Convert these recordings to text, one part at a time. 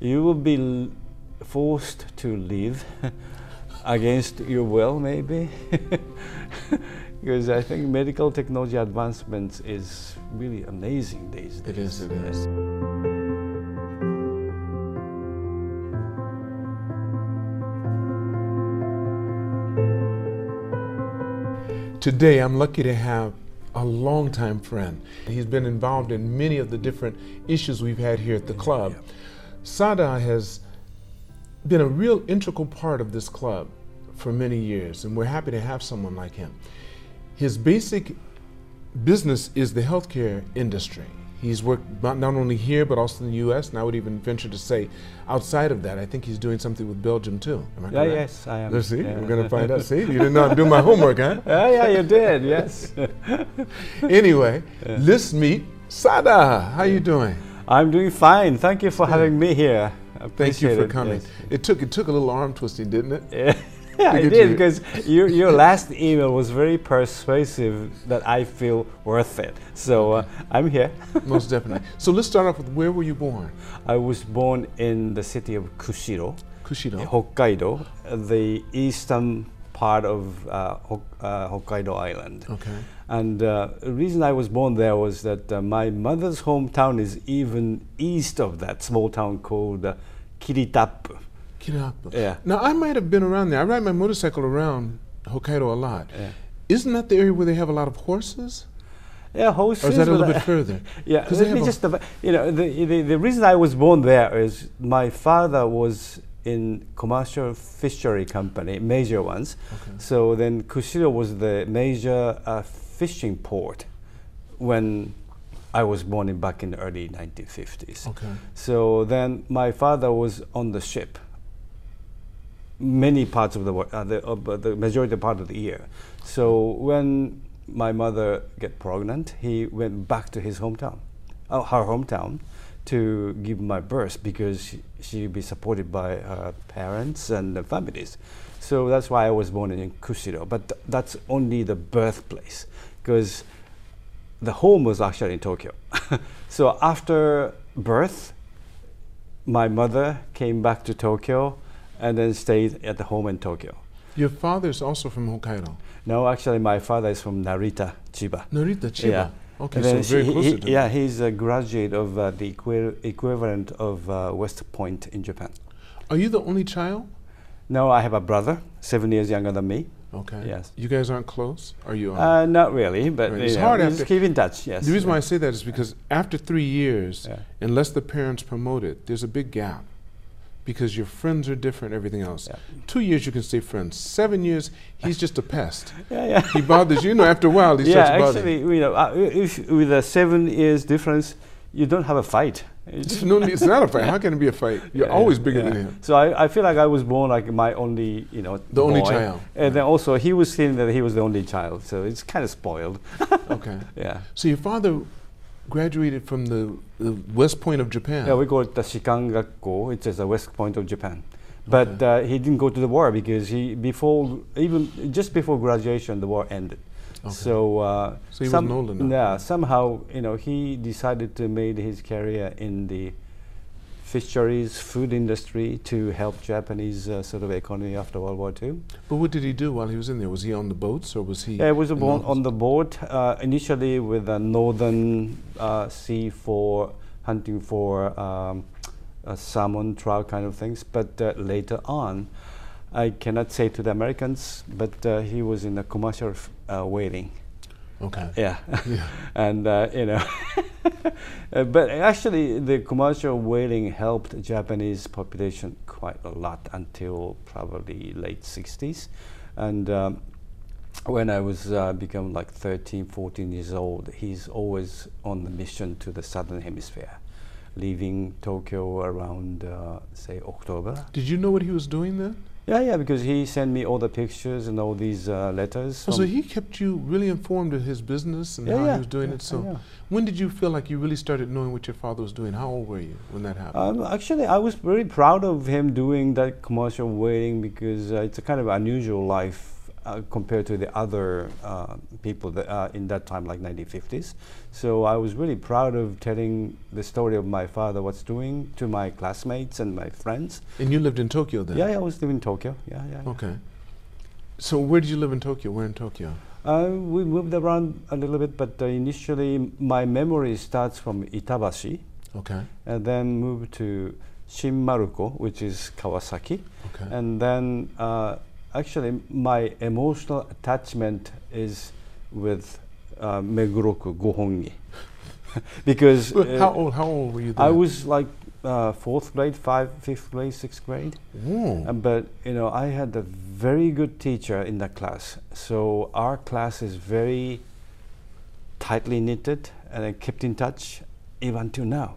you will be l- forced to live against your will, maybe. because I think medical technology advancements is really amazing these days. It is, it is. Today, I'm lucky to have a longtime friend. He's been involved in many of the different issues we've had here at the club. Sada has been a real integral part of this club for many years, and we're happy to have someone like him. His basic business is the healthcare industry. He's worked not, not only here, but also in the U.S., and I would even venture to say outside of that. I think he's doing something with Belgium too. Am I Yeah, correct? yes, I am. Let's see. Yeah. We're going to find out. See, you did not do my homework, huh? Yeah, yeah, you did. Yes, Anyway, let's meet Sada. How you doing? I'm doing fine. Thank you for having me here. Thank you Appreciate for it, coming. yes. It took it took a little arm twisting, didn't it? Yeah, I get did you. because your your last email was very persuasive that I feel worth it. So uh, I'm here. Most definitely. So let's start off with where were you born? I was born in the city of Kushiro, Kushino. Hokkaido, uh, the eastern part of uh, Hok- uh, Hokkaido Island. Okay. And uh, the reason I was born there was that uh, my mother's hometown is even east of that small town called uh, Kiritapu. Kirapa. Yeah. Now I might have been around there. I ride my motorcycle around Hokkaido a lot. Yeah. Isn't that the area where they have a lot of horses? Yeah, horses. Or Oh, is that a little but bit I- further? Yeah, 'Cause they let me have a- just, ava- you know, the, the, the reason I was born there is my father was in commercial fishery company, major ones. So then Kushiro was the major uh, fishing port when I was born in back in the early 1950s. Okay. So then my father was on the ship many parts of the world, uh, the, of, uh, the majority part of the year. So when my mother get pregnant, he went back to his hometown, uh, her hometown, to give my birth because she, she'd be supported by her parents and the families. So that's why I was born in Kushiro, but th- that's only the birthplace because the home was actually in Tokyo. so after birth, my mother came back to Tokyo and then stayed at the home in Tokyo. Your father's also from Hokkaido. Now, actually, my father is from Narita, Chiba. Narita Chiba. Okay, And then so very he- close he- to them. Yeah, he's a graduate of uh, the equi- equivalent of uh, West Point in Japan. Are you the only child? Now I have a brother, seven years younger than me. Okay. Yes. You guys aren't close? Are you? are? Uh, not really, but Right, you it's know, hard we after- just keep in touch. Yes. The reason why I say that is because after three years, Yeah. unless the parents promote it, there's a big gap because your friends are different, everything else. Yeah. Two years you can stay friends. Seven years, he's just a pest. Yeah, yeah. he bothers you. You know, after a while, he yeah, starts bothering. actually, you know, uh, if with a seven years difference, you don't have a fight. It's, no, it's not a fight. How can it be a fight? You're Yeah, always yeah, bigger yeah. than him. So I, I feel like I was born like my only, you know, The only boy. child. And then also he was saying that he was the only child, so it's kind of spoiled. Okay. Yeah. So your father graduated from the, the West Point of Japan. Yeah, we call it the Shikangakko. It's just the West Point of Japan. But uh, he didn't go to the war because he before even just before graduation the war ended. So, uh, So he was some- an old enough. Yeah, somehow you know he decided to made his career in the fisheries, food industry to help Japanese uh, sort of economy after World War II. but what did he do while he was in there? Was he on the boats or was he? Yeah, I was in born the- on the boat uh, initially with a northern uh, sea for hunting for um, uh, salmon, trout kind of things. But uh, later on, I cannot say to the Americans, but uh, he was in a commercial f- uh, whaling. Okay. Yeah. Yeah. and, uh, you know, uh, but actually, the commercial whaling helped Japanese population quite a lot until probably late 60s. And um, when I was uh, become like 13, 14 years old, he's always on the mission to the southern hemisphere, leaving Tokyo around, uh, say, October. Did you know what he was doing then? Yeah, yeah, because he sent me all the pictures and all these uh, letters. Oh, so from- he kept you really informed of his business and Yeah, how yeah, he was doing yeah, it. yeah, So, yeah. when did you feel like you really started knowing what your father was doing? How old were you when that happened? Um, actually, I was very proud of him doing that commercial whaling because uh, it's a kind of unusual life uh, compared to the other uh, people that uh, in that time, like 1950s. So I was really proud of telling the story of my father, what's doing to my classmates and my friends. And you lived in Tokyo then? Uh, Yeah, yeah I was living in Tokyo. Yeah, yeah. yeah. Okay. So where did you live in Tokyo? Where in Tokyo? Uh, we moved around a little bit, but uh, initially my memory starts from Itabashi, Okay. and then moved to Shinmaruko, which is Kawasaki. Okay. And then uh, actually, my emotional attachment is with uh, Meguroku Gohongi. because Well, how uh, old? How old were you then? I was like uh, fourth grade, five, fifth grade, sixth grade. Whoa. Uh, but you know, I had a very good teacher in that class. So our class is very tightly knitted and I kept in touch even till now.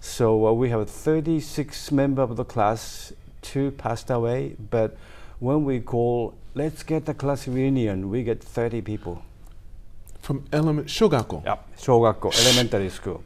So uh, we have 36 members of the class. Two passed away, but when we call, let's get a class reunion, we get 30 people. From element shogako. Yep. 小学校 elementary school.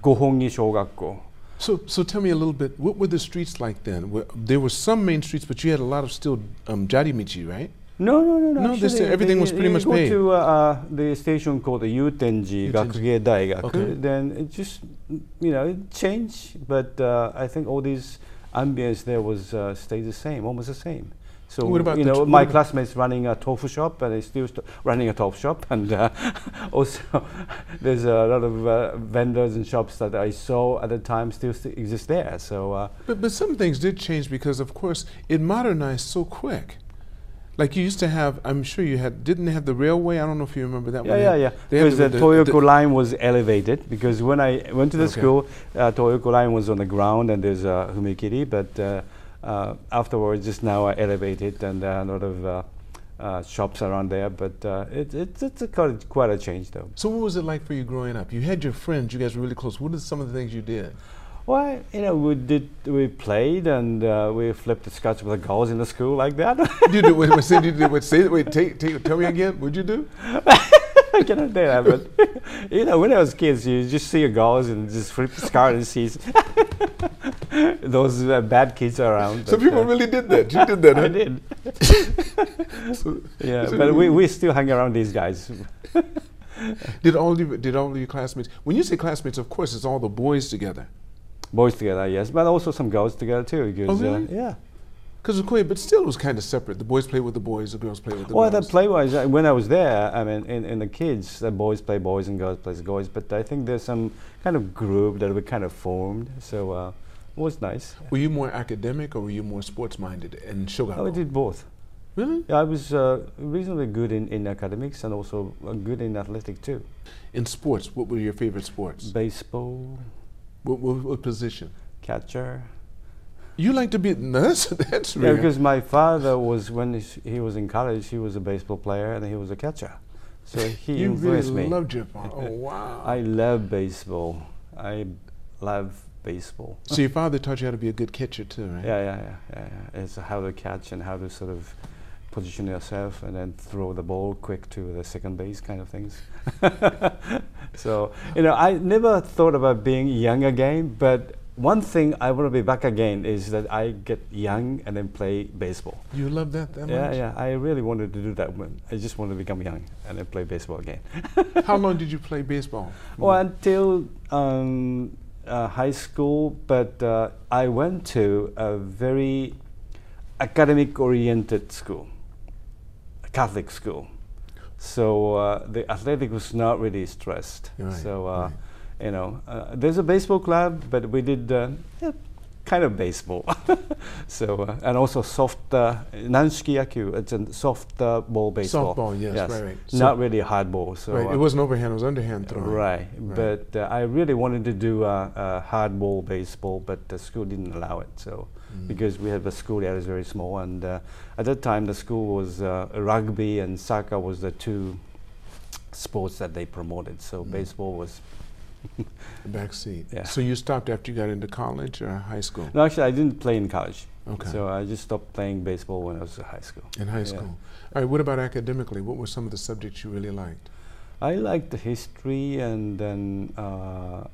5本木小学校. So, so tell me a little bit. What were the streets like then? Were, there were some main streets, but you had a lot of still um, jarimichi, right? No, no, no, no. No, this- uh, actually, everything they- was pretty you much go made. to uh, uh, the station called the Yutenji Yutenji. Gakuge Daigaku. Okay. Then it just, mm, you know, it changed. But uh, I think all these ambience there was uh, stayed the same, almost the same. So What about you the know, t- my what about- classmates running a tofu shop, and they still st- running a tofu shop, and uh, also there's a lot of uh, vendors and shops that I saw at the time still st- exist there. So. Uh, But, but some things did change because, of course, it modernized so quick. Like you used to have, I'm sure you had, didn't they have the railway? I don't know if you remember that Yeah, one. yeah, yeah. They had Because the, the- the- Toyoko the- line was elevated. Because when I went to the Okay. school, uh, Toyoko line was on the ground and there's uh, Humikiri. But uh, uh, afterwards, just now I elevated and there are a lot of uh, uh, shops around there. But uh, it, it's it's a quite, a, quite a change, though. So what was it like for you growing up? You had your friends, you guys were really close. What are some of the things you did? Well, you know, we did we played and uh, we flipped the scotch with the girls in the school like that. you did, wait, wait, say, you did, wait, say, wait, take, take, tell me again. What'd you do? I cannot do that, but you know, when I was kids, you just see a girls and just flip the scar and see those uh, bad kids around. Some but, people uh, really did that. You did that, I huh? did. So Yeah, So but we, you- we still hang around these guys. did all of you, did all of your classmates? When you say classmates, of course, it's all the boys together. Boys together, yes, but also some girls together too. Because, Oh, really? Uh, yeah. Because but still, it was kind of separate. The boys played with the boys, the girls played with the Well, the girls. play was uh, when I was there. I mean, in, in the kids, the boys play boys and girls play girls. But I think there's some kind of group that we kind of formed. So uh, it was nice. Were you more academic or were you more sports minded in Shogago? I Oh, did both. Really? Yeah, I was uh, reasonably good in, in academics and also uh, good in athletic too. In sports, what were your favorite sports? Baseball, What, what, what position? catcher. You like to be. No, that's, that's Yeah, really. because my father was when he s- he was in college, he was a baseball player and he was a catcher, so he you influenced really me. loved your father. Oh, wow. I love baseball. I love baseball. so your father taught you how to be a good catcher, too, right? Yeah, yeah, yeah, yeah, yeah. It's how to catch and how to sort of position yourself and then throw the ball quick to the second base kind of things. so, you know, I never thought about being young again, but one thing I want to be back again is that I get young and then play baseball. You love that that Yeah, much? yeah, I really wanted to do that when I just wanted to become young and then play baseball again. How long did you play baseball? Well, until um, uh, high school, but uh, I went to a very academic oriented school, a Catholic school. So uh, the athletic was not really stressed. Right, so, uh, you know, uh, there's a baseball club, but we did uh, yeah, kind of baseball. so, uh, and also soft, uh, nanshiki yaku, it's a soft uh, ball baseball. Softball, yes, right, right. So- not really hard ball. So, right. uh, it wasn't overhand, it was underhand throwing. Right, Right. but uh, I really wanted to do uh, uh, hardball baseball, but the school didn't allow it. So, Mm. because we had a school that was very small, and uh, at that time the school was uh, rugby and soccer was the two sports that they promoted. So Mm. baseball was The back seat. Yeah. So you stopped after you got into college or high school? no, actually I didn't play in college. Okay. So I just stopped playing baseball when I was in high school. in high yeah. school. All right, what about academically? What were some of the subjects you really liked? I liked the history and then uh, uh,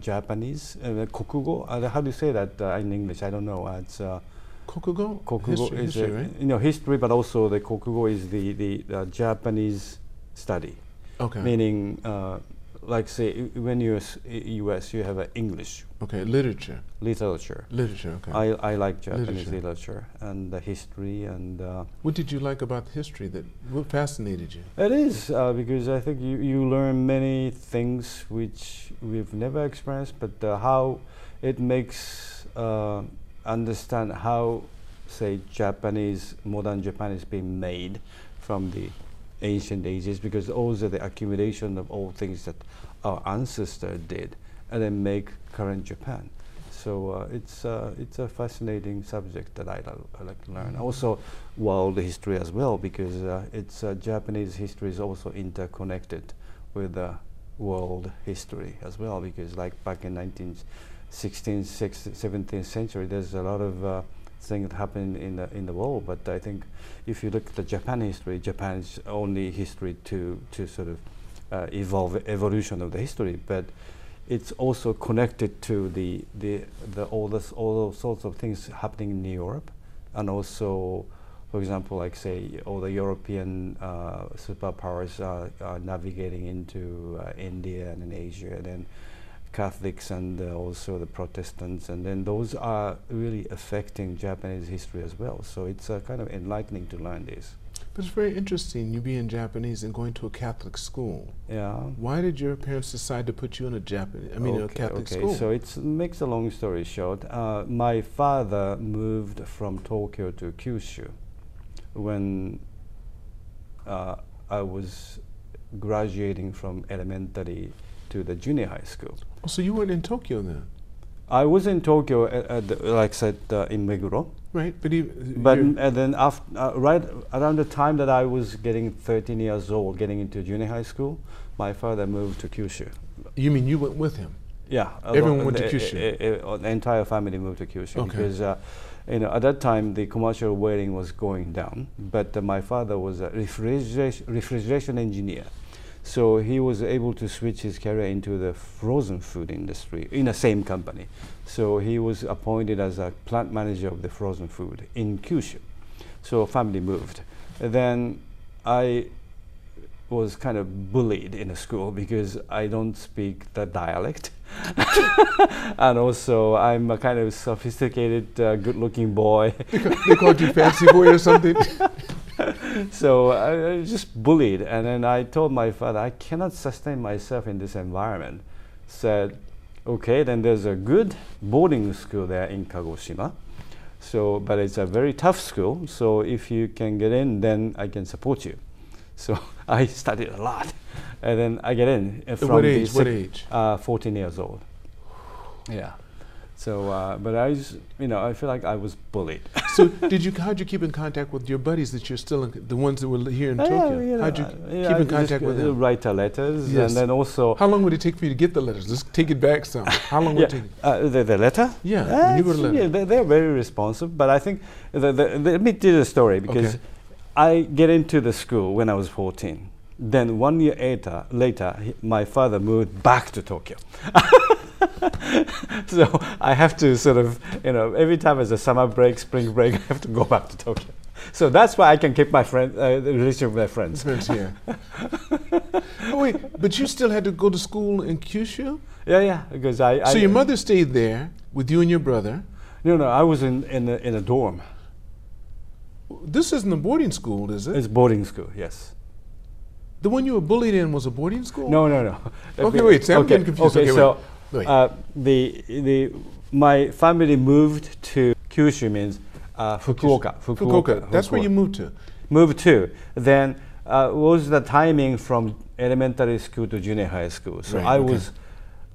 Japanese, uh, the kokugo. Uh, how do you say that uh, in English? I don't know. Uh, it's uh, Kokugo, Kokugo history, is history, a, right? you know history, but also the Kokugo is the the uh, Japanese study, Okay. meaning uh, like say i- when you're s- i- U.S. you have an English Okay, literature. literature. Literature, okay. I, I like Japanese Literature. literature, and the history and uh, what did you like about history that what fascinated you? it is uh, because I think you, you learn many things which we've never experienced, but uh, how it makes uh, understand how say Japanese modern Japan is being made from the ancient ages because also the accumulation of all things that our ancestor did and then make current Japan. So uh, it's uh, it's a fascinating subject that I, lo- I like to learn. Also, world history as well because uh, it's uh, Japanese history is also interconnected with uh, world history as well because like back in 19th, 16th, 16th, 17th century, there's a lot of uh, things that happened in the in the world. But I think if you look at the Japan history, Japan's only history to to sort of uh, evolve evolution of the history, but it's also connected to the the, the all this all those sorts of things happening in Europe, and also, for example, like say all the European uh, superpowers are, are navigating into uh, India and in Asia, and then Catholics and uh, also the Protestants, and then those are really affecting Japanese history as well. So it's uh, kind of enlightening to learn this. But it's very interesting you being Japanese and going to a Catholic school. Yeah. Why did your parents decide to put you in a Japanese I mean a Catholic okay. school? So it makes a long story short. Uh, my father moved from Tokyo to Kyushu when uh, I was graduating from elementary to the junior high school. Oh, so you weren't in Tokyo then. I was in Tokyo, at, at the, like I said, uh, in Meguro. Right? But even But m- and then after, uh, right around the time that I was getting 13 years old, getting into junior high school, my father moved to Kyushu. you mean you went with him. Yeah, a Everyone lot- went to the- Kyushu. eh, eh, eh, the entire family moved to Kyushu Okay. because uh, you know at that time the commercial whaling was going down, but uh, my father was a refrigeration, refrigeration engineer. So he was able to switch his career into the frozen food industry in the same company. So he was appointed as a plant manager of the frozen food in Kyushu. So family moved. Then I was kind of bullied in the school because I don't speak the dialect. and also, I'm a kind of sophisticated, uh, good looking boy. they called you fancy boy or something. so I, I was just bullied. And then I told my father, I cannot sustain myself in this environment. Said, okay, then there's a good boarding school there in Kagoshima. So, but it's a very tough school. So if you can get in, then I can support you. So I studied a lot, and then I get in. uh, At From what the age? sec- What age? Uh, 14 years old. Yeah. So, uh, but I, just, you know, I feel like I was bullied. so did you how'd you keep in contact with your buddies that you're still in, the ones that were li- here in Yeah, Tokyo? you know, Oh, how'd you uh, keep yeah, I in just contact with uh, them? Write uh, letters, Yes. and then also How long would it take for you to get the letters? Let's take it back some. How long yeah, would it take? uh, the, the letter. Yeah, Uh, when you were it's- little. yeah, they, they're very responsive. But I think the, the, the, let me tell you the story because Okay. I get into the school when I was 14. Then one year later, later he- my father moved back to Tokyo. so I have to sort of, you know, every time as a summer break, spring break, I have to go back to Tokyo. So that's why I can keep my friend, uh, the relationship with my friends. Friends here. oh, wait, but you still had to go to school in Kyushu? Yeah, yeah, because I. I Mm-hmm. so your mother stayed there with you and your brother. No, no, I was in in a, in a dorm. This isn't a boarding school, is it? It's boarding school. Yes. the one you were bullied in was a boarding school? No, no, no. Let Okay, me- wait, see, I'm getting confused. Okay, Okay, so wait. Wait. Uh, the the my family moved to Kyushu means uh, Fukuoka, Fukuoka. Fukuoka. That's where Fukuoka. you moved to. moved to. Then uh, was the timing from elementary school to junior high school. So Right, I okay. was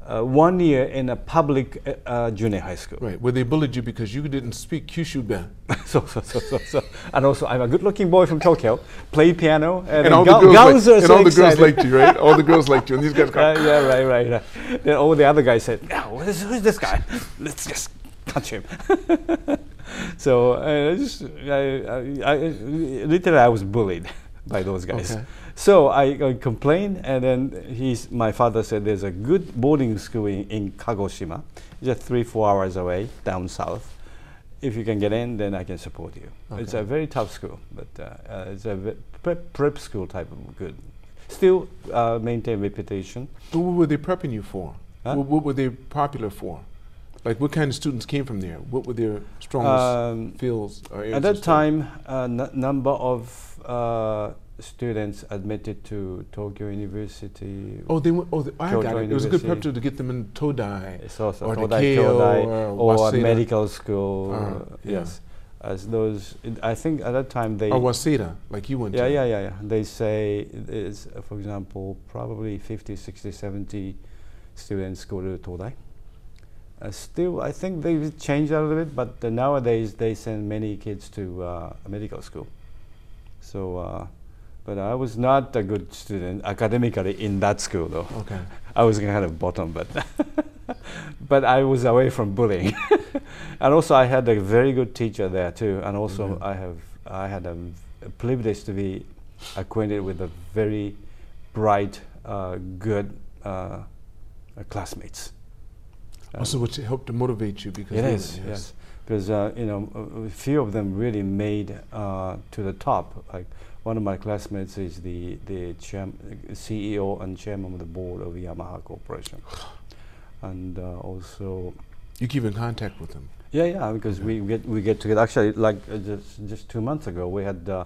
uh, one year in a public uh, uh, junior high school. Right, where they bullied you because you didn't speak Kyushu Ben. so, so, so, so, so. And also, I'm a good-looking boy from Tokyo. Play piano, and, And all the gal- girls, gals like, are and so all the girls excited. liked you, right? All the girls liked you, and these guys go, Uh, yeah, right, right, right. Then all the other guys said, "Yeah, what is, who's this guy? Let's just punch him." so uh, I just, I, I, I, literally, I was bullied by those guys. Okay. So I, I complained, and then he's, my father said, "There's a good boarding school in, in Kagoshima, just three, four hours away down south." if you can get in, then I can support you. It's Okay. a very tough school, but uh, uh, it's a ve- prep, prep school type of good. Still uh, maintain reputation. But what were they prepping you for? Huh? What, what were they popular for? Like what kind of students came from there? What were their strongest Um, fields or areas? at of that study? time, a n- number of uh, students admitted to Tokyo University. Oh, they went. Oh, the, I got Kyoto it. It was a good prep University. to get them in Todai. It's also or Todai, Nikkei Kyodai, or or Waseda. medical school. Uh-huh, yeah. Yes, as those. it- I think at that time they. Or Waseda, like you went yeah, to. yeah, yeah, yeah. They say it's, uh, for example, probably 50, 60, 70 students go to Todai. Uh, still, I think they've changed a little bit, but uh, nowadays they send many kids to uh, medical school. So, uh, but I was not a good student academically in that school, though. Okay. I was kind of bottom, but but I was away from bullying, and also I had a very good teacher there too, and also Mhm. I have I had a, v- a privilege to be acquainted with a very bright, uh, good uh, uh, classmates. Um, Also, which helped to motivate you because it they is, were- yes. Because, uh, you know, a few of them really made uh, to the top. Like, one of my classmates is the, the chairm- CEO and chairman of the board of Yamaha Corporation. And uh, also, You keep in contact with them. yeah, yeah, because Okay. we get we get together. Actually, like uh, just just two months ago, we had the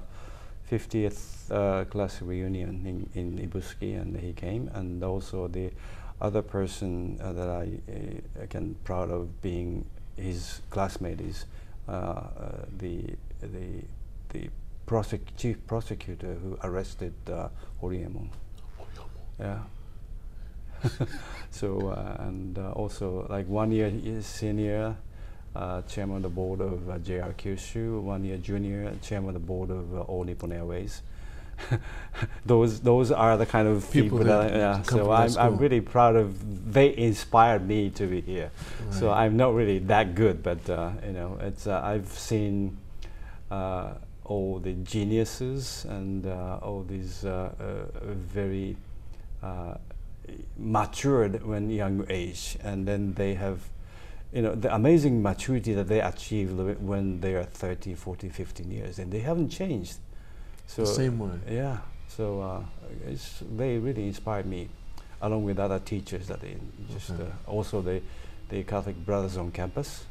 fiftieth uh, class reunion in, in Ibuski, and he came, and also the other person uh, that I uh, can proud of being his classmate is uh, uh, the the the prosec- chief prosecutor who arrested uh, Horiemon. Yeah. so uh, and uh, also like one year he is senior uh, chairman of the board of uh, JR Kyushu, one year junior chairman of the board of uh, All Nippon Airways. those those are the kind of People people, that that, I- yeah. come from So that I'm, I'm school. really proud of they inspired me to be here. So Right. I'm not really that good, but uh, you know, it's uh, I've seen uh, all the geniuses and uh, all these uh, uh, very uh, matured when young age, and then they have. You know, the amazing maturity that they achieve li- when they are 30, 40, 15 years, and they haven't changed. So the same way. yeah, so uh, it's, they really inspired me, along with other teachers that they just Okay. uh, also the the Catholic brothers on campus.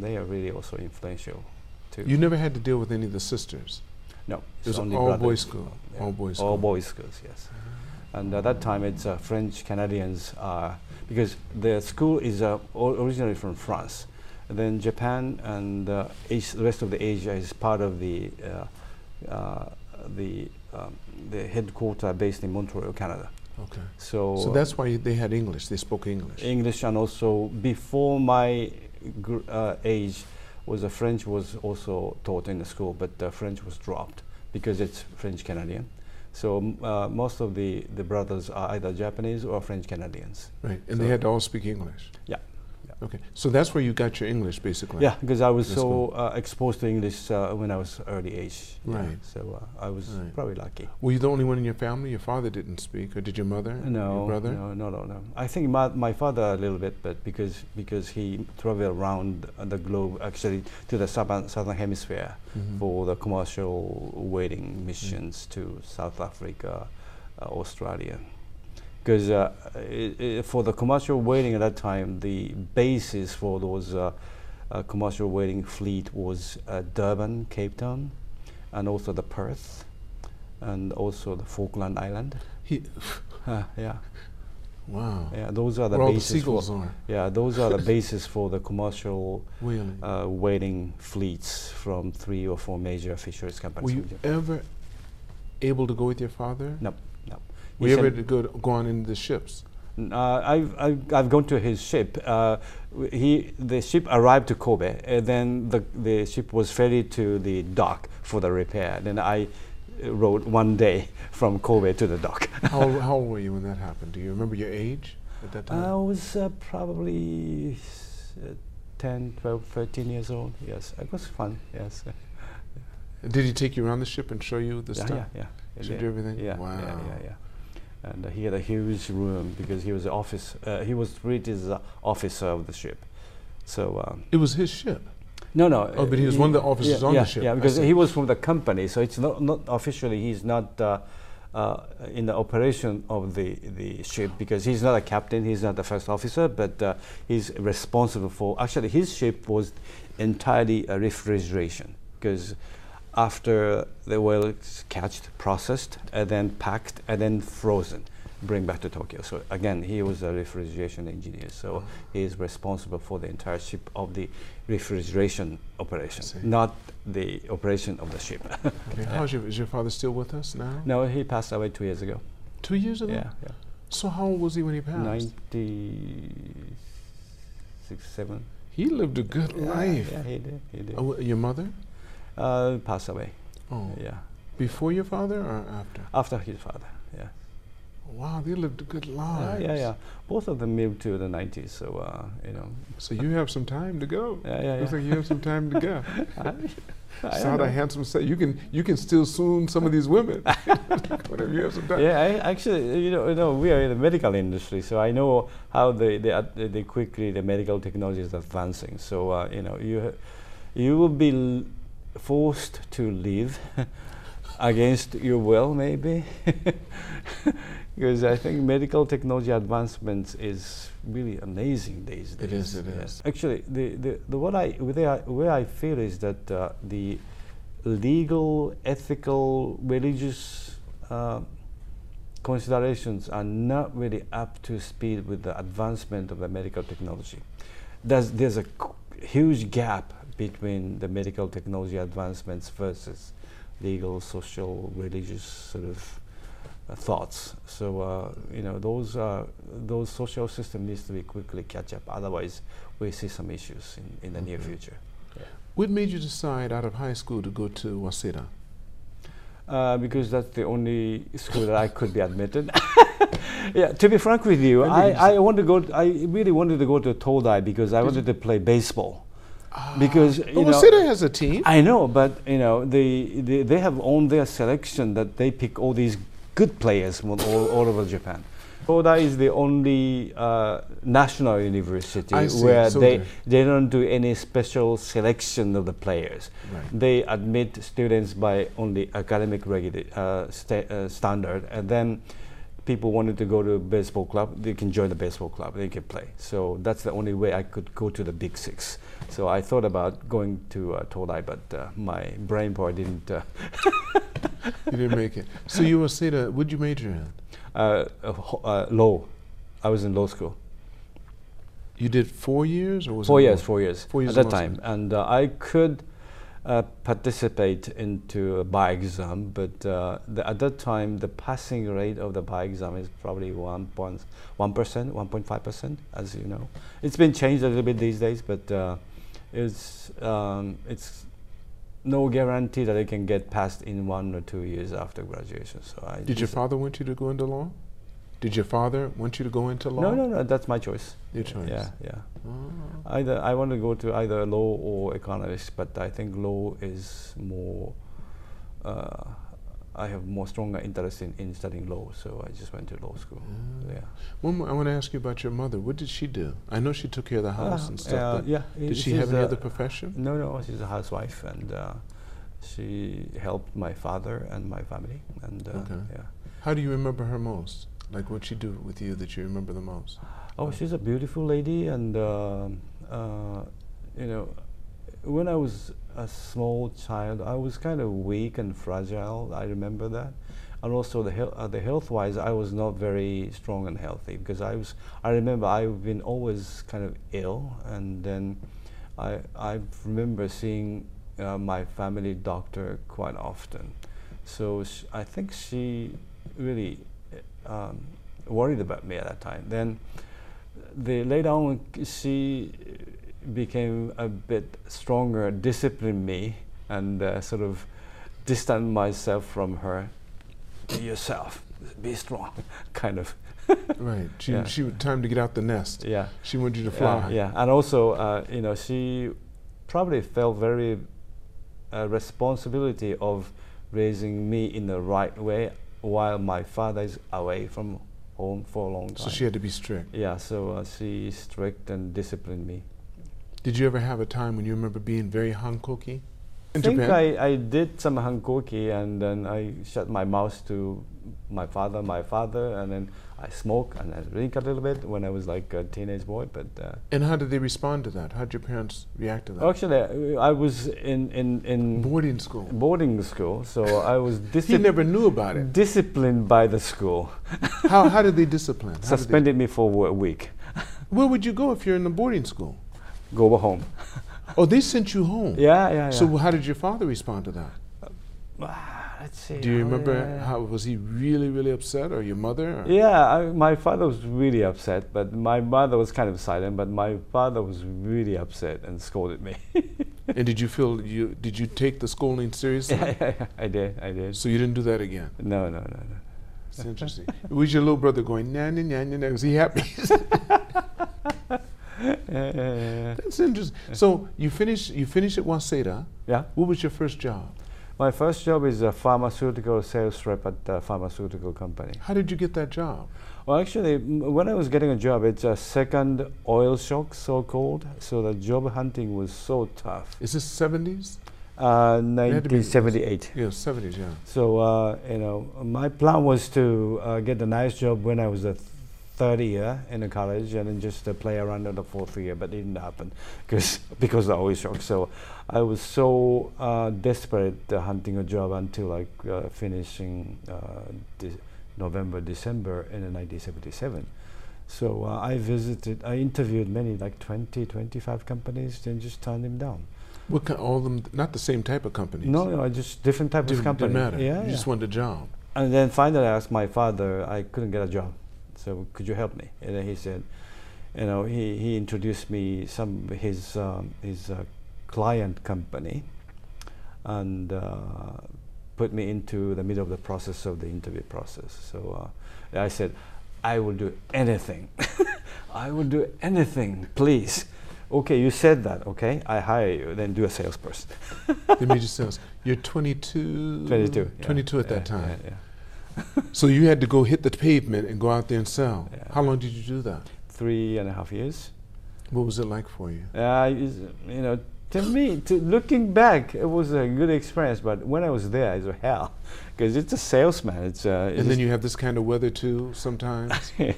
They are really also influential, too. You never had to deal with any of the sisters. no, It was an only all boys brothers. school. Yeah, All boys school. all boys schools, yes. And at that time, it's uh, French Canadians are because the school is uh, o- originally from France. Then Japan and uh, As- the rest of the Asia is part of the uh, uh, the um, the headquarter based in Montreal, Canada. Okay. So, So uh, that's why they had English. They spoke English. English and also before my gr- uh, age was uh, French was also taught in the school, but uh, French was dropped because it's French Canadian. So m- uh, most of the, the brothers are either Japanese or French Canadians. Right. And they So- had to all speak English. Yeah, Okay. So that's where you got your English, basically. Yeah, because I was That's so uh, exposed to English uh, when I was early age. Yeah, Right. So uh, I was Right. probably lucky. Were you the only one in your family? Your father didn't speak, or did your mother? No, Your brother? no, no, no, no. I think my, my father a little bit, but because because he traveled around the globe, actually to the southern, southern hemisphere, Mhm. for the commercial whaling Mm. missions to South Africa, uh, Australia. Because uh, i i for the commercial whaling at that time, the basis for those uh, uh, commercial whaling fleet was uh, Durban, Cape Town, and also the Perth, and also the Falkland Island. He, Uh, yeah, wow. yeah, those are the where all the basis for. seagulls are. Yeah, those are the basis for the commercial Really. uh, whaling fleets from three or four major fisheries Were companies. you ever able to go with your father? No, no. Were He you ever sent- to go, go on in the ships? N- uh, I've, I've, I've gone to his ship. Uh, w- he, the ship arrived to Kobe, and then the, the ship was ferried to the dock for the repair. Then I uh, rode one day from Kobe to the dock. How, old- how old were you when that happened? Do you remember your age at that time? I was uh, probably s- uh, 10, 12, 13 years old. Yes, it was fun. Yes. Did he take you around the ship and show you the yeah, stuff? yeah, yeah. Yeah, Showed yeah. you everything? Yeah, Wow. yeah, yeah, yeah. And uh, he had a huge room because he was the office. Uh, he was treated as an officer of the ship. So um, It was his ship. No, no. Oh, but he was one of the officers yeah, on yeah, the ship. Yeah, I because see. he was from the company, so it's not, not officially he's not uh, uh, in the operation of the, the ship because he's not a captain, he's not the first officer, but uh, he's responsible for. Actually, his ship was entirely uh, refrigeration because after the whale is catched, processed, and then packed, and then frozen. Bring back to Tokyo. So again, he was a refrigeration engineer. So he is responsible for the entire ship of the refrigeration operation, see. not the operation of the ship. Okay. How's your, is your father still with us now? no, he passed away two years ago. Two years ago? Yeah, yeah. So how old was he when he passed? ninety-six, seven. He lived a good life. Yeah, he did. He did. Oh, wh- your mother? Uh, passed away. Oh, Yeah, before your father or after? after his father. Yeah. Wow, they lived a good Uh, life. yeah, yeah. Both of them lived to the nineties. So uh, you know. So you have some time to go. Yeah, yeah, Looks yeah. like you have some time to go. I don't Sada, know. handsome, sa- you can you can still soon some of these women. Whatever you have some time. Yeah, I actually, you know, you know, we are in the medical industry, so I know how the the, ad- the quickly the medical technology is advancing. So uh, you know, you ha- you will be l- forced to live against your will, maybe, because I think medical technology advancements is really amazing these days. It is, it Yeah. is. Actually, the, the, the what I where I, where I feel is that uh, the legal, ethical, religious uh, considerations are not really up to speed with the advancement of the medical technology. There's, there's a c- huge gap between the medical technology advancements versus legal, social, religious sort of uh, thoughts. So uh, you know those uh, those social system needs to be quickly catch up. Otherwise, we see some issues in, in the near future. What made you decide out of high school to go to Waseda? uh, because that's the only school that I could be admitted. yeah, to be frank with you, Maybe I, you just- I want to go. I really wanted to go to Todai because I wanted to play baseball. Ah, Because But you know, Waseda has a team. I know, but you know, they, they they have on their selection that they pick all these good players from all, all over Japan. Todai is the only uh, national university I see, where so they, there. they don't do any special selection of the players. Right. They admit students by only academic regula- uh, sta- uh, standard, and then people wanted to go to baseball club, they can join the baseball club, they can play. So that's the only way I could go to the big six. So I thought about going to uh, Todai, but uh, my brain power didn't. Uh, you didn't make it. So you Waseda, what'd you major in? uh, uh, ho- uh, law. I was in law school. You did four years or was Four it years, more? four years. Four years at that in time, law and uh, I could uh, participate into a by exam, but uh, the, at that time the passing rate of the by exam is probably one point one percent, one point five percent, as you know. It's been changed a little bit these days, but uh, it's um, it's no guarantee that I can get passed in one or two years after graduation. So I Did your just- father want you to go into law? Did your father want you to go into law? no no no that's my choice. Your choice. Yeah yeah. Oh. Either I want to go to either law or economics, but I think law is more. Uh, I have more stronger interest in, in studying law, so I just went to law school. Mm. Yeah, One more, I want to ask you about your mother. What did she do? I know she took care of the house Uh, and stuff. uh, but yeah. Did she she's have any a- other profession? No, no. She's a housewife, and uh, she helped my father and my family. And uh, Okay. yeah. How do you remember her most? Like what she do with you that you remember the most? Oh, she's a beautiful lady, and um uh, you know, when I was a small child, I was kind of weak and fragile. I remember that, and also the heal- uh, the health wise, I was not very strong and healthy because I was. I remember I've been always kind of ill, and then I I remember seeing uh, my family doctor quite often, so sh- I think she really. uh, Um, worried about me at that time. Then the later on she became a bit stronger, disciplined me, and uh, sort of distanced myself from her. Be yourself, be strong, kind of. right. She, Yeah. she would time to get out the nest. Yeah. She wanted you to Yeah, fly. Yeah, and also, uh, you know, she probably felt very uh, responsibility of raising me in the right way while my father is away from home for a long time. So she had to be strict. Yeah, so uh, she strict and disciplined me. Did you ever have a time when you remember being very hankoki? I In think Japan? I, I did some hankoki and then I shut my mouth to my father, my father, and then I smoke and I drink a little bit when I was like a teenage boy. But uh, and how did they respond to that? How did your parents react to that? actually, uh, I was in, in, in Boarding school. boarding school, so I was He disciplined. never knew about it. disciplined by the school. How, how did they discipline? How did they- Suspended me for a week. Where would you go if you're in a boarding school? Go home. Oh, they sent you home. Yeah, yeah, yeah. So how did your father respond to that? Ah, let's see. Uh, Do you how- remember yeah, yeah. how was he really really upset or your mother? or- Yeah, I, my father was really upset, but my mother was kind of silent. But my father was really upset and scolded me. And did you feel you did you take the scolding seriously? yeah, yeah, yeah, I did, I did. So you didn't do that again. No, no, no, no. It's interesting. was your little brother going na na na na na? Was he happy? Yeah, yeah, yeah, yeah. That's interesting. So you finish you finish at Waseda. Yeah. What was your first job? My first job is a pharmaceutical sales rep at a pharmaceutical company. How did you get that job? Well, actually, m- when I was getting a job, it's a second oil shock, so called. So the job hunting was so tough. Is this seventies? Uh, had to be- 1978. Yeah, seventies. Yeah. So uh, you know, my plan was to uh, get a nice job when I was a third year in a college, and then just to play around in the fourth year. But it didn't happen because because I always shocked. So I was so uh, desperate uh, hunting a job until like uh, finishing uh, de- November December in 1977. So uh, I visited, I interviewed many, like 20, 25 companies, then just turned them down. What kind, all them? Not the same type of companies. No, no, I just different type Didn't, of company. didn't matter. Yeah, you yeah. just wanted a job. And then finally, I asked my father, I couldn't get a job, so could you help me? And then he said, you know, he, he introduced me some his um, his uh, client company, and uh, put me into the middle of the process of the interview process. So uh, I said, I will do anything. I will do anything, please. Okay, you said that. Okay, I hire you. Then do a salesperson. Mm-hmm. Let me just ask. You're 22. Twenty-two. yeah, 22 at that yeah, time. yeah, yeah. So you had to go hit the pavement and go out there and sell. Yeah. How long did you do that? Three and a half years. What was it like for you? Uh, is- you know, to me, to looking back, it was a good experience. But when I was there, it was hell because it's a salesman. It's uh, And then you have this kind of weather too sometimes in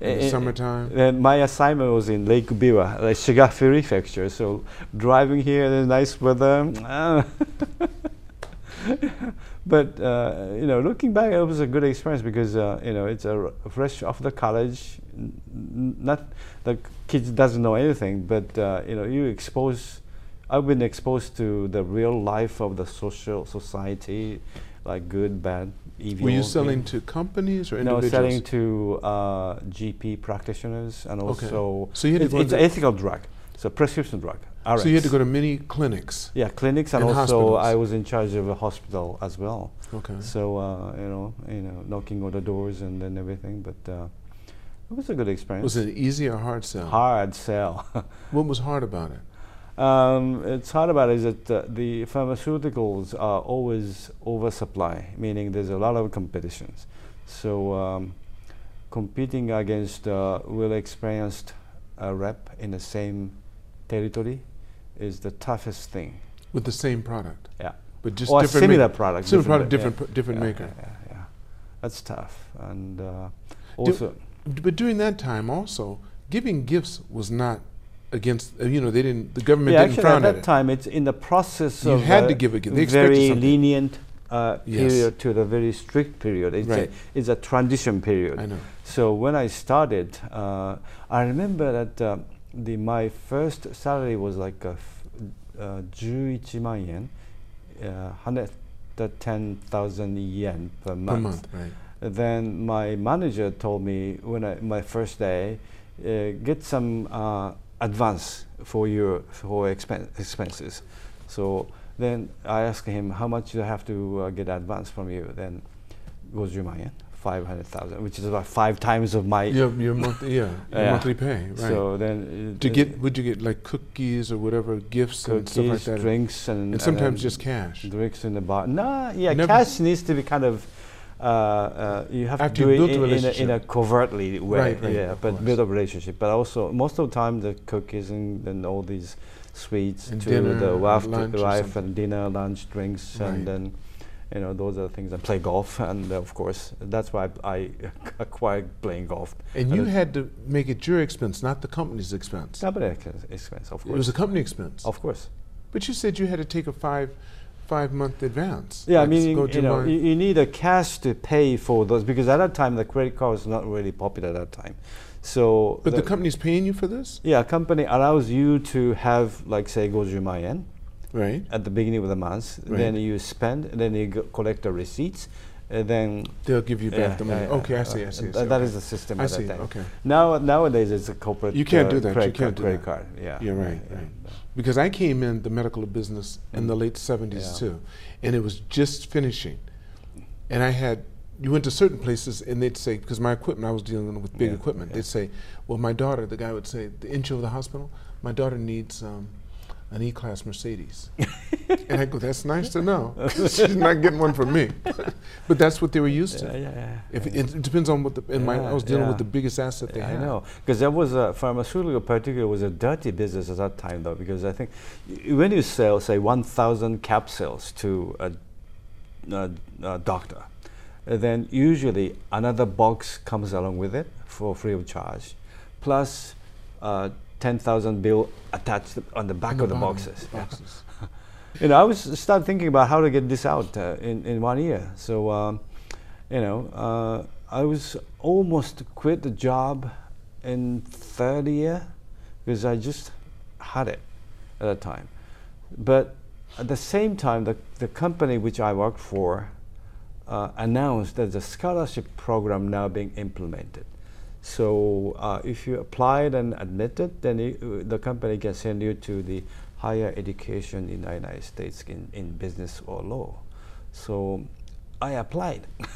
the summertime. Then my assignment was in Lake Biwa, like Shiga Prefecture. So driving here, the nice weather. ah. but uh, you know, looking back, it was a good experience because uh, you know it's a r- fresh off the college. N- n- not the kids doesn't know anything, but uh, you know you expose. I've been exposed to the real life of the social society, like good, bad, evil. Were you good. selling to companies or No, individuals? selling to uh, GP practitioners and Okay. also So you had to it's, go it's an into- ethical drug, so prescription drug. RX. so you had to go to many clinics. yeah, clinics and, in also hospitals. I was in charge of a hospital as well. Okay. So uh, you know, you know, knocking on the doors and then everything. But uh, it was a good experience. Was it an easy or hard sell? hard sell? What was hard about it? Um, it's hard about is that uh, the pharmaceuticals are always oversupply, meaning there's a lot of competitions. So um, competing against uh, well-experienced uh, rep in the same territory is the toughest thing. With the same product. Yeah. But just or a different similar ma- product. similar product, yeah, different pro- different yeah, maker. Yeah, yeah, yeah. That's tough. And uh, also, D- But during that time also, giving gifts was not against uh, you know, they didn't the government yeah, didn't actually at frown at, that it. time, it's in the process You of had uh, to give a gift. They expected very something. lenient uh, Yes. period to the very strict period. It's, Right. a, it's a transition period. I know. So when I started, uh, I remember that uh, the, my first salary was like a f- uh, 11万 yen, uh, 110,000 yen per month. Per month, right. Then my manager told me when I, my first day, uh, get some uh, advance for your for expen- expenses. So then I asked him how much do I have to uh, get advance from you. Then it was Jumayan, five hundred thousand, which is about five times of my. Your, your monthly, yeah, your Yeah. monthly pay, right? So uh, then to it- get, would you get like cookies or whatever gifts and cookies, stuff like that? drinks, and, and sometimes then just cash. drinks in the bar. Nah, yeah, Never- cash needs to be kind of uh, uh, you have to After do you built it a in, in, a, in a relationship. covertly way, Right, right, yeah, of but course. build a relationship. But also, most of the time, the cookies and, and all these sweets And to dinner the and wife, to lunch the or wife something. and dinner, lunch, drinks, Right. and then you know those are things. And play golf, and uh, of course, that's why I acquired playing golf. And I you don't- had to make it your expense, not the company's expense. Double ex- expense, of It course. was a company expense. Of course. But you said you had to take a five five month advance. Yeah, I Like, go mean, to you know, one- you, you need a cash to pay for those because at that time the credit card was not really popular at that time. So, but the, the- company's paying you for this, yeah, company allows you to have like say 50万 yen right? at the beginning of the month. Right. Then you spend, and then you go collect the receipts, and then They'll give you back Yeah, the money. yeah, okay, yeah, I see, I uh, see. I th- see, That okay. is the system I at see. that time. Okay, Now, nowadays it's a corporate. You can't uh, do that, you Credit can't card, do credit that. card. Yeah. You're right, yeah, right. yeah. because I came in the medical business in the late seventies Mm. Yeah. too, and it was just finishing, and I had. You went to certain places and they'd say, because my equipment, I was dealing with big Yeah, equipment. yeah. They'd say, well, my daughter, the guy would say, the intro of the hospital, my daughter needs um, an E Class Mercedes. and I go, that's nice to know. She's not getting one from me. but that's what they were used to. Yeah, yeah, yeah, uh, If yeah. it depends on what the and my, I Yeah, was dealing with yeah. the biggest asset they Yeah, had. I know because that was a pharmaceutical, particularly was a dirty business at that time, though. Because I think y- when you sell, say, one thousand capsules to a, a, a doctor, uh, then usually another box comes along with it for free of charge, plus uh, ten thousand bill attached on the back On of the bottom, boxes. the boxes. You know, I was start thinking about how to get this out uh, in in one year. So, um, you know, uh, I was almost quit the job in third year because I just had it at that time. But at the same time, the the company which I worked for uh, announced that the scholarship program now being implemented. So uh, if you applied and admitted, then you, uh, the company can send you to the higher education in the United States in, in business or law. So I applied.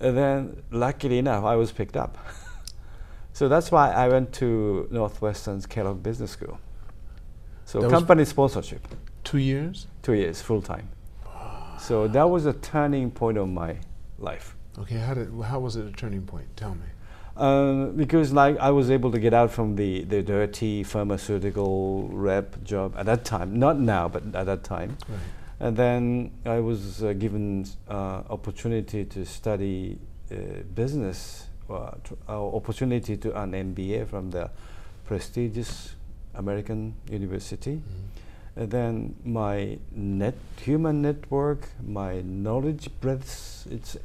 and then luckily enough, I was picked up. so that's why I went to Northwestern's Kellogg Business School. So That was- company sponsorship Two years. two years full time. So that was a turning point of my life Okay, how did how was it a turning point? Tell me. um, because like I was able to get out from the, the dirty pharmaceutical rep job at that time. Not now, but at that time. Right. And then I was uh, given uh, opportunity to study uh, business, uh, tr- uh, opportunity to earn MBA from the prestigious American university. And then my net human network, my knowledge breadths, it's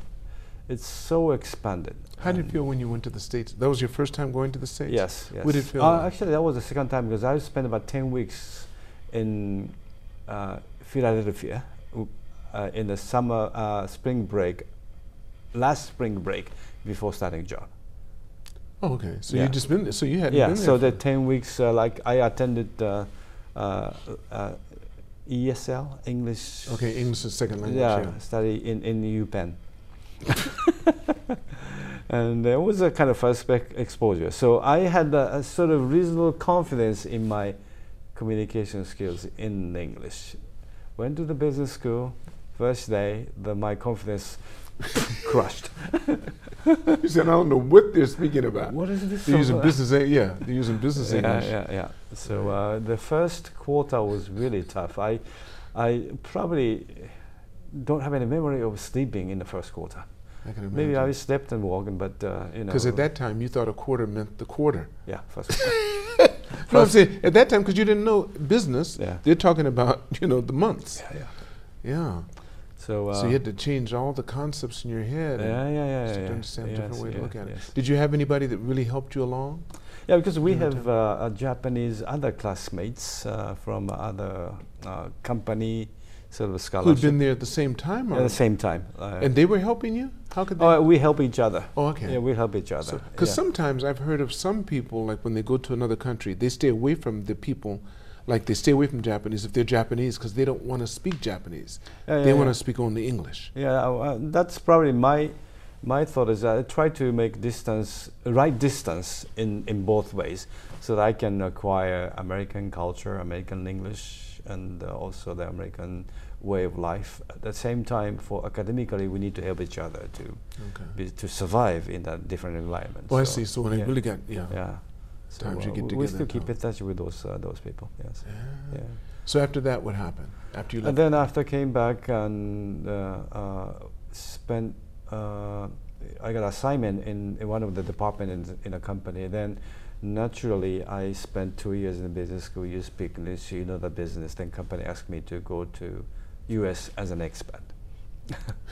it's so expanded. How did And- it feel when you went to the states? That was your first time going to the states. Um, Yes, yes. Would it feel Uh, like- actually, that was the second time because I spent about 10 weeks in uh, Philadelphia w- uh, in the summer, uh, spring break, last spring break before starting job. Oh, okay. So Yeah. you just been there. So you hadn't yeah, been there. so for- the 10 weeks, uh, like I attended uh, uh, uh, ESL, English. okay, English is second language. yeah, Yeah. study in, in UPenn. and there was a kind of first spec exposure. So I had a, a sort of reasonable confidence in my communication skills in English. Went to the business school, first day, the, my confidence crushed. you said I don't know what they're speaking about. What is this? They're using about?" business. Eng- Yeah, they're using business yeah, English. yeah, yeah. So uh, the first quarter was really tough. I, I probably don't have any memory of sleeping in the first quarter. I can imagine. Maybe I slept and walking, but uh, you know. because at that time you thought a quarter meant the quarter. yeah, first quarter. No, I'm saying at that time because you didn't know business. Yeah. They're talking about you know the months. yeah. Yeah. So, uh, so you had to change all the concepts in your head. and yeah, yeah, yeah, yeah, just yeah. understand a yes, different way to yeah, look at it. yes. Did you have anybody that really helped you along? Yeah, because we Give it have uh, a Japanese other classmates uh, from other uh, company sort of Who'd scholarship been there at the same time? at or- the same time. Uh, and they were helping you? How could they? oh, we help each other. oh, okay. Yeah, we help each other. Because yeah. sometimes I've heard of some people, like when they go to another country, they stay away from the people, like they stay away from Japanese if they're Japanese because they don't want to speak Japanese. Yeah, yeah, they want yeah. to speak only English. Yeah, uh, uh, that's probably my my thought is I try to make distance right distance in in both ways so that I can acquire American culture, American English, and uh, also the American way of life. At the same time, for academically, we need to help each other to Okay. be, to survive in that different environment. Well, Oh, I So, see. So when I yeah. really got yeah. Yeah. So uh, Times you get we- we together still and keep talk. in touch with those uh, those people. Yes. Yeah. Yeah. So after that, what happened? After you left? And then after I came back and uh, uh, spent, uh, I got assignment in, in one of the department in, in a company. Then naturally, I spent two years in business school. You speak English, you know the business. Then company asked me to go to U.S. as an expat.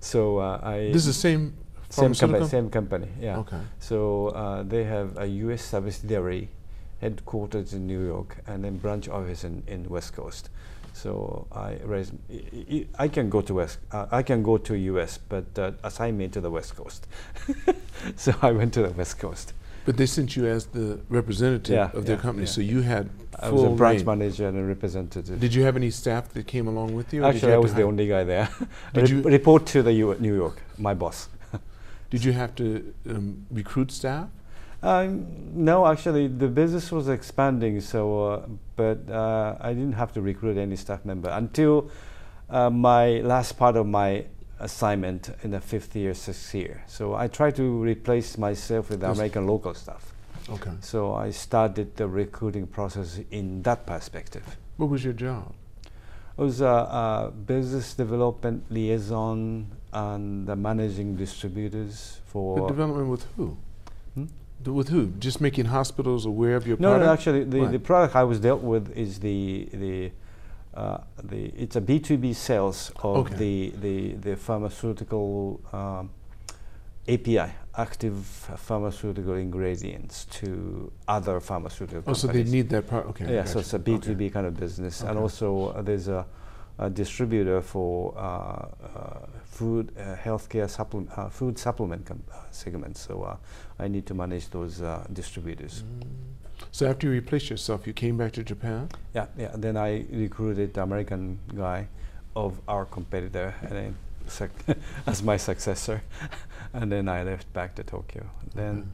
so uh, I this is the same same company, pharmaceutical? same company. Yeah. Okay. So uh, they have a U.S. subsidiary, headquarters in New York, and then branch office in, in West Coast. So I raised, I- I, I can go to West, uh, I can go to U.S., but uh, assign me to the West Coast. so I went to the West Coast. But they sent you as the representative Yeah, of their yeah, company, yeah. so you had I was a full branch reign. manager and a representative. Did you have any staff that came along with you? or did you Actually, I have to was the hi- only guy there. Did Did you- report to the U- New York, my boss. Did you have to um, recruit staff? Um, no, actually, the business was expanding, so uh, but uh, I didn't have to recruit any staff member until uh, my last part of my assignment in the fifth year, sixth year. So I tried to replace myself with Yes. American local staff. Okay. So I started the recruiting process in that perspective. What was your job? I was a, a business development liaison and the managing distributors But for development with who? Hmm? D- With who? Just making hospitals aware of your No, product? no, actually, the, Right. the product I was dealt with is the the uh, the it's a B two B sales of Okay. the, the the pharmaceutical um, API, active pharmaceutical ingredients to other pharmaceutical. Oh, Companies. so they need that part. Okay. I Yeah, got so you. it's a Okay. B two B kind of business, and Okay. also uh, there's a, a distributor for uh, uh, food, uh, healthcare supplement, uh, food supplement com- uh, segment. So uh, I need to manage those uh, distributors. Mm. So after you replaced yourself, you came back to Japan? Yeah, yeah. Then I recruited the American guy of our competitor and then sec- as my successor, and then I left back to Tokyo. Mm-hmm. Then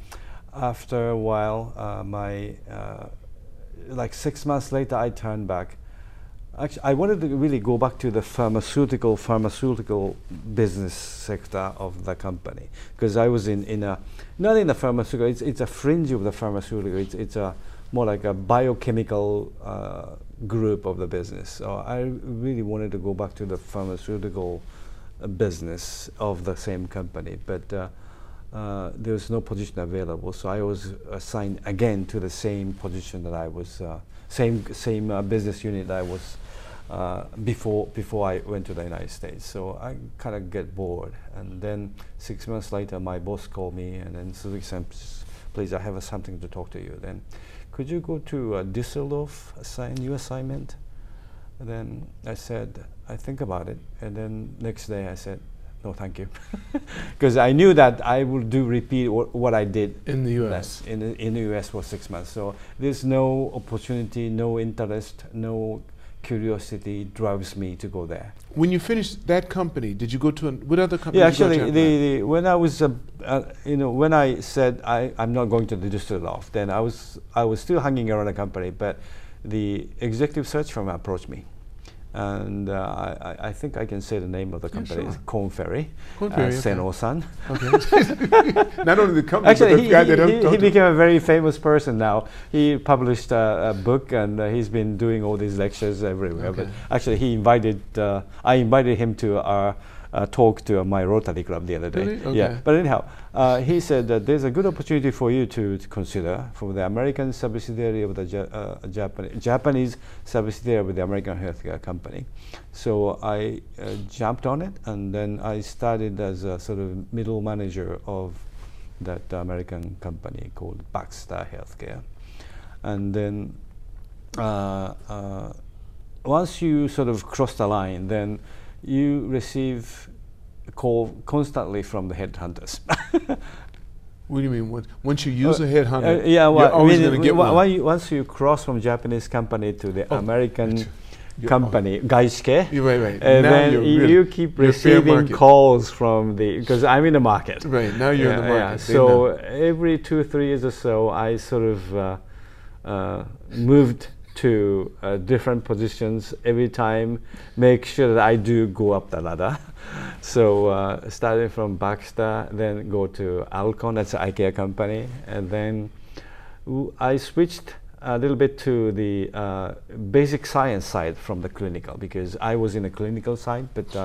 after a while, uh, my uh, like six months later, I turned back. Actually, I wanted to really go back to the pharmaceutical pharmaceutical business sector of the company because I was in, in a not in the pharmaceutical. It's, it's a fringe of the pharmaceutical. It's, it's a more like a biochemical uh, group of the business. So I really wanted to go back to the pharmaceutical uh, business of the same company, but. Uh, uh, there was no position available, so I was assigned again to the same position that I was, uh, same same uh, business unit that I was uh, before before I went to the United States. So I kind of get bored, and then six months later, my boss called me and then Suzuki-san, "Please- please, I have uh, something to talk to you. Then, could you go to uh, Düsseldorf, assign new assignment? And then I said, I think about it, and then next day I said, no, thank you, because I knew that I would do repeat wha- what I did In the U.S. less in the, in the U.S. for six months. So there's no opportunity, no interest, no curiosity drives me to go there. When you finished that company, did you go to an, what other company? Yeah, did you go actually, to the, the, when I was, uh, uh, you know, when I said I, I'm not going to the Düsseldorf, then I was I was still hanging around the company, but the executive search firm approached me. And uh, I, I- I think I can say the name of the Yeah, company is sure. Corn Ferry, Korn uh, Ferry, okay. Seno-san. Japan? Okay. Not only the company, but Actually, the he, guy that he- owned he Tokyo. became a very famous person now. He published uh, a book and uh, he's been doing all these lectures everywhere. Okay. But actually, he invited, uh, I invited him to our uh, talk to my Rotary Club the other day. Really? Okay. Yeah. But anyhow, uh, he said that there's a good opportunity for you to, to consider for the American subsidiary of the ja- uh, Japan- Japanese subsidiary with the American healthcare company. So I uh, jumped on it and then I started as a sort of middle manager of that American company called Baxter Healthcare. And then uh, uh, once you sort of cross the line, then you receive a call constantly from the headhunters. What do you mean? What, once you use Uh, a headhunter, Uh, yeah, well, you're always I mean, going to get wh- wh- one. why you- once you cross from Japanese company to the Oh, American You're al- company, Gaishke, You're right, right. and now then you're y- really- you keep you're fair receiving market. calls from the because I'm in the market. Right now you're in the Yeah, market. yeah. They So know. every two or three years or so, I sort of uh, uh, moved to uh, different positions every time, make sure that I do go up the ladder. so uh, starting from Baxter, then go to Alcon, that's an IKEA company, and then w- I switched a little bit to the uh, basic science side from the clinical because I was in the clinical side, but uh,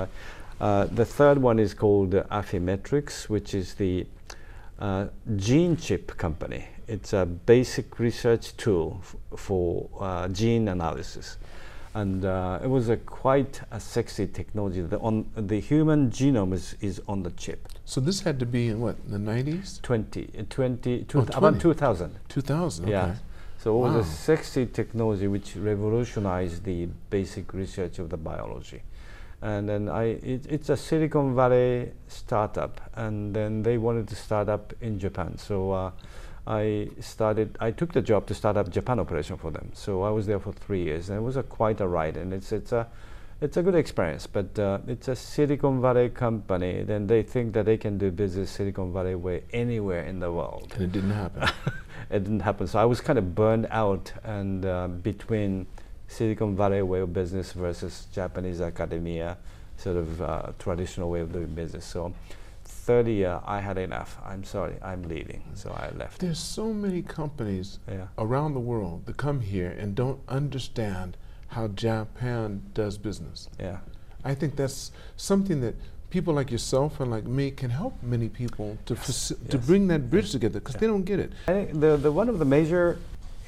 uh, the third one is called uh, Affymetrix, which is the uh, gene chip company. It's a basic research tool f- for uh, gene analysis. And uh, it was a quite a sexy technology. The, on, the human genome is, is on the chip. So this had to be in what, the 90s? 20, uh, 20, Oh, two, about 20. 2000. 2000. Okay. Yeah. So it was a Wow. sexy technology which revolutionized the basic research of the biology. And then I, it, it's a Silicon Valley startup, and then they wanted to start up in Japan. So uh, I started, I took the job to start up Japan operation for them. So I was there for three years, and it was a quite a ride. And it's, it's a, it's a good experience, but uh, it's a Silicon Valley company. Then they think that they can do business Silicon Valley way anywhere in the world And it didn't happen. it didn't happen. So I was kind of burned out and uh, between Silicon Valley way of business versus Japanese academia, sort of uh, traditional way of doing business. So third year, I had enough. I'm sorry, I'm leaving. So I left. There's so many companies Yeah. around the world that come here and don't understand how Japan does business. Yeah. I think that's something that people like yourself and like me can help many people to faci- to yes. bring that bridge together because they don't get it. I think the, the one of the major,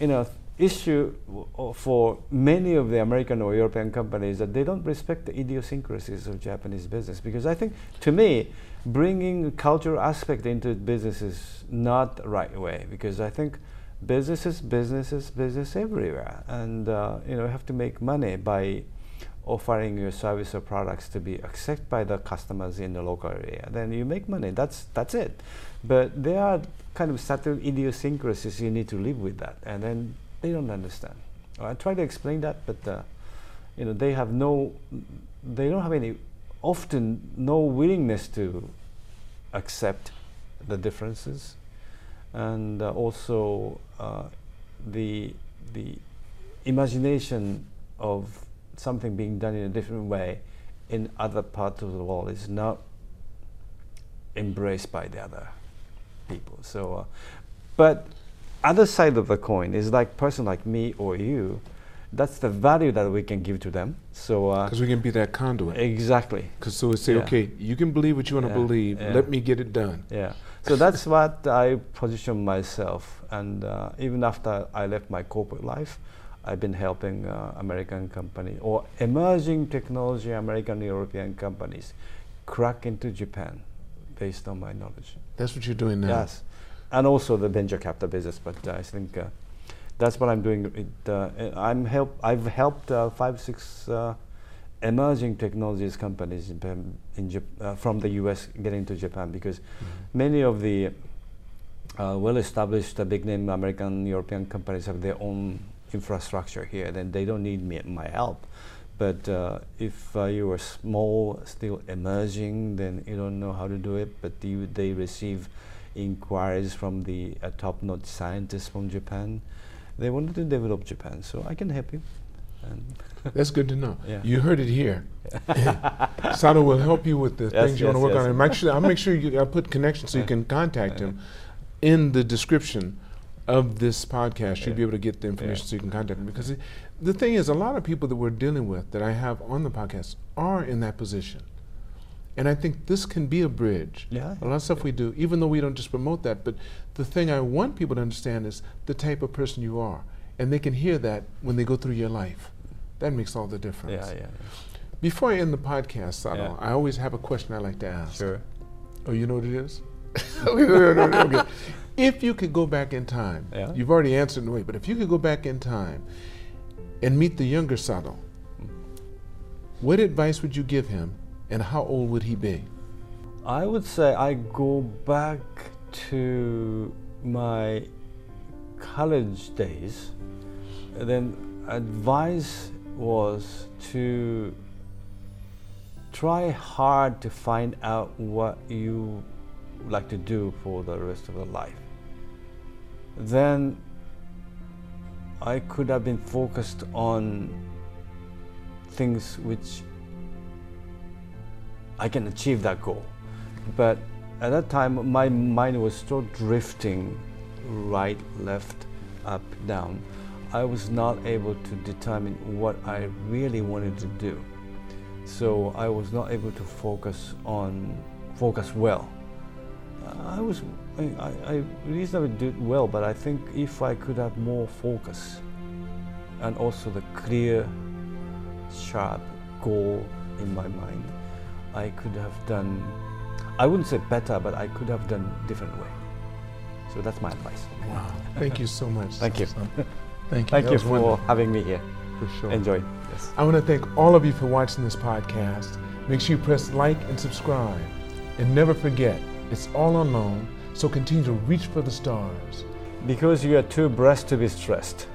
you know, issue w- o- for many of the American or European companies that they don't respect the idiosyncrasies of Japanese business because I think to me bringing cultural aspect into business is not the right way because I think business is business is business everywhere and uh, you know you have to make money by offering your service or products to be accepted by the customers in the local area, then you make money. That's that's it. But there are kind of subtle idiosyncrasies you need to live with that, and then they don't understand. I try to explain that, but uh, you know they have no, they don't have any, often no willingness to accept the differences, and uh, also uh, the the imagination of something being done in a different way in other parts of the world is not embraced by the other people. So, uh, but other side of the coin is like person like me or you. That's the value that we can give to them. So uh, Because we can be that conduit. exactly, Because so we say, Yeah. okay, you can believe what you want to Yeah, believe. yeah. Let me get it done. yeah. So that's what I position myself. And uh, even after I left my corporate life, I've been helping uh, American company or emerging technology American European companies crack into Japan, based on my knowledge. That's what you're doing now. Yes, and also the venture capital business. But I think uh, that's what I'm doing. It, uh, I'm help. I've helped uh, five, six uh, emerging technologies companies in, Pam- in Jap- uh, from the U.S. getting to Japan because many of the uh, well-established, uh, big-name American, European companies have their own infrastructure here. Then they don't need me, my help. But uh, if uh, you are small, still emerging, then you don't know how to do it. But you, they receive inquiries from the uh, top-notch scientists from Japan. They wanted to develop Japan, so I can help you. And That's good to know. Yeah. You heard it here. Sato will help you with the Yes, things you want to yes, work yes. on. And make sure, I'll make sure you, I'll put connections so you Yeah. can contact him in the description of this podcast. You'll be able to get the information so you can contact him. Because the thing is, a lot of people that we're dealing with that I have on the podcast are in that position. And I think this can be a bridge. Yeah. A lot of stuff we do, even though we don't just promote that, but the thing I want people to understand is the type of person you are. And they can hear that when they go through your life. That makes all the difference. yeah, yeah, yeah. Before I end the podcast, Yeah. Sado, I always have a question I like to ask. sure. Oh, you know what it is? okay, no, no, no, okay. If you could go back in time, Yeah. you've already answered in a way, but if you could go back in time and meet the younger Sado, Mm. what advice would you give him and how old would he be? I would say I go back to my college days. And then advice was to try hard to find out what you would like to do for the rest of your life. Then I could have been focused on things which I can achieve that goal. But at that time, my mind was still drifting right, left, up, down. I was not able to determine what I really wanted to do. So I was not able to focus on, focus well. I was, I, I I reasonably did well, but I think if I could have more focus and also the clear, sharp goal in my mind, I could have done, I wouldn't say better, but I could have done different way. So that's my advice. Wow. Thank you so much. Thank you. Sam. Thank Thank you. That you was for wonderful, having me here. for sure. Enjoy. Yes. I want to thank all of you for watching this podcast. Make sure you press like and subscribe. And never forget, it's all on loan, so continue to reach for the stars. Because you are too blessed to be stressed.